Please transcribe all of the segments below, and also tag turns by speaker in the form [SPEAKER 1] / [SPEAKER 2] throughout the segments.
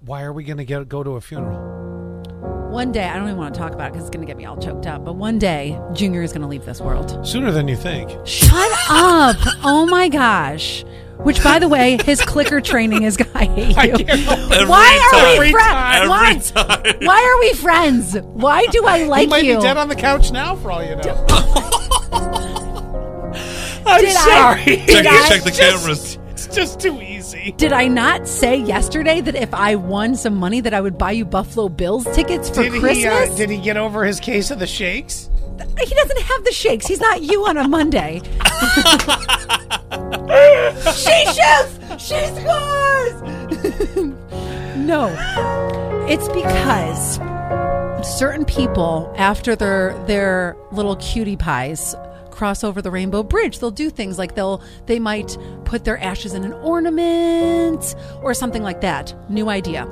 [SPEAKER 1] why are we going to get go to a funeral?
[SPEAKER 2] One day, I don't even want to talk about it because it's going to get me all choked up. But one day, Junior is going to leave this world.
[SPEAKER 1] Sooner than you think.
[SPEAKER 2] Shut up! Oh my gosh. Which, by the way, his clicker training is. I hate you.
[SPEAKER 1] I can't help it.
[SPEAKER 2] Why
[SPEAKER 1] Every
[SPEAKER 2] are
[SPEAKER 1] time.
[SPEAKER 2] we
[SPEAKER 1] Every
[SPEAKER 2] friends? Why? Why are we friends? Why do I like
[SPEAKER 1] he might
[SPEAKER 2] you?
[SPEAKER 1] be dead on the couch now, for all you know.
[SPEAKER 2] I'm did I,
[SPEAKER 1] sorry.
[SPEAKER 2] did,
[SPEAKER 1] Check-
[SPEAKER 2] I,
[SPEAKER 1] check
[SPEAKER 3] the cameras.
[SPEAKER 1] It's just too easy.
[SPEAKER 2] did I not say yesterday that if I won some money that I would buy you Buffalo Bills tickets for
[SPEAKER 1] Did
[SPEAKER 2] Christmas?
[SPEAKER 1] he? Uh, did he get over his case of the shakes?
[SPEAKER 2] he doesn't have the shakes. He's not you on a Monday. she shoots. She scores. no, it's because certain people, after their their little cutie pies, cross over the rainbow bridge. They'll do things like they'll they might put their ashes in an ornament or something like that. New idea.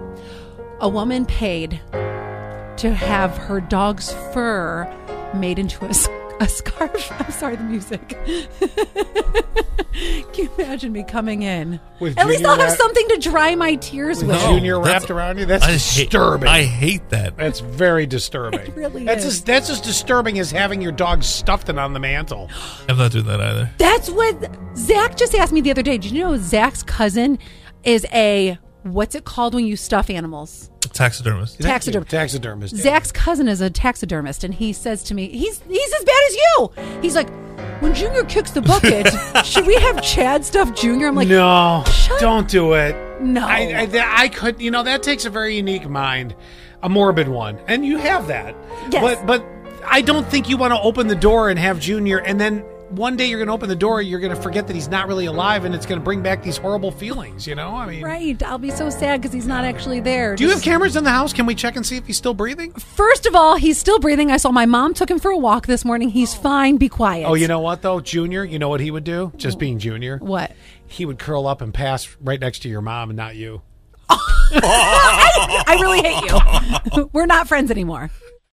[SPEAKER 2] A woman paid to have her dog's fur made into a, s- a scarf. I'm sorry, the music. Can you imagine me coming in?
[SPEAKER 1] With
[SPEAKER 2] At least
[SPEAKER 1] Junior
[SPEAKER 2] I'll have
[SPEAKER 1] Ra-
[SPEAKER 2] something to dry my tears with.
[SPEAKER 3] No,
[SPEAKER 1] Junior
[SPEAKER 3] that's-
[SPEAKER 1] wrapped around you. That's
[SPEAKER 3] I hate-
[SPEAKER 1] disturbing.
[SPEAKER 3] I hate that.
[SPEAKER 1] that's very disturbing.
[SPEAKER 2] It really
[SPEAKER 1] that's
[SPEAKER 2] is.
[SPEAKER 1] As, that's as disturbing as having your dog stuffed and on the mantle.
[SPEAKER 3] I'm not doing that either.
[SPEAKER 2] That's what Zach just asked me the other day. Did you know Zach's cousin is a what's it called when you stuff animals?
[SPEAKER 3] Taxidermist.
[SPEAKER 2] Taxiderm-
[SPEAKER 1] Taxidermist.
[SPEAKER 2] Zach's cousin is a taxidermist, and he says to me, "He's he's as bad as you." He's like, "When Junior kicks the bucket, should we have Chad stuff Junior?" I'm like,
[SPEAKER 1] no,
[SPEAKER 2] Shut-
[SPEAKER 1] don't do it.
[SPEAKER 2] No.
[SPEAKER 1] I, I, that- I could. You know, that takes a very unique mind, a morbid one, and you have that.
[SPEAKER 2] Yes.
[SPEAKER 1] But but I don't think you want to open the door and have Junior, and then one day you're going to open the door, you're going to forget that he's not really alive, and it's going to bring back these horrible feelings. You know, I mean,
[SPEAKER 2] "Right, I'll be so sad because he's not actually there."
[SPEAKER 1] do you have cameras in the house? Can we check and see if he's still breathing?
[SPEAKER 2] First of all, he's still breathing. I saw my mom took him for a walk this morning. He's fine. Be quiet.
[SPEAKER 1] Oh, you know what though, Junior. You know what he would do? Just being Junior,
[SPEAKER 2] what?
[SPEAKER 1] he would curl up and pass right next to your mom, and not you.
[SPEAKER 2] I really hate you. We're not friends anymore.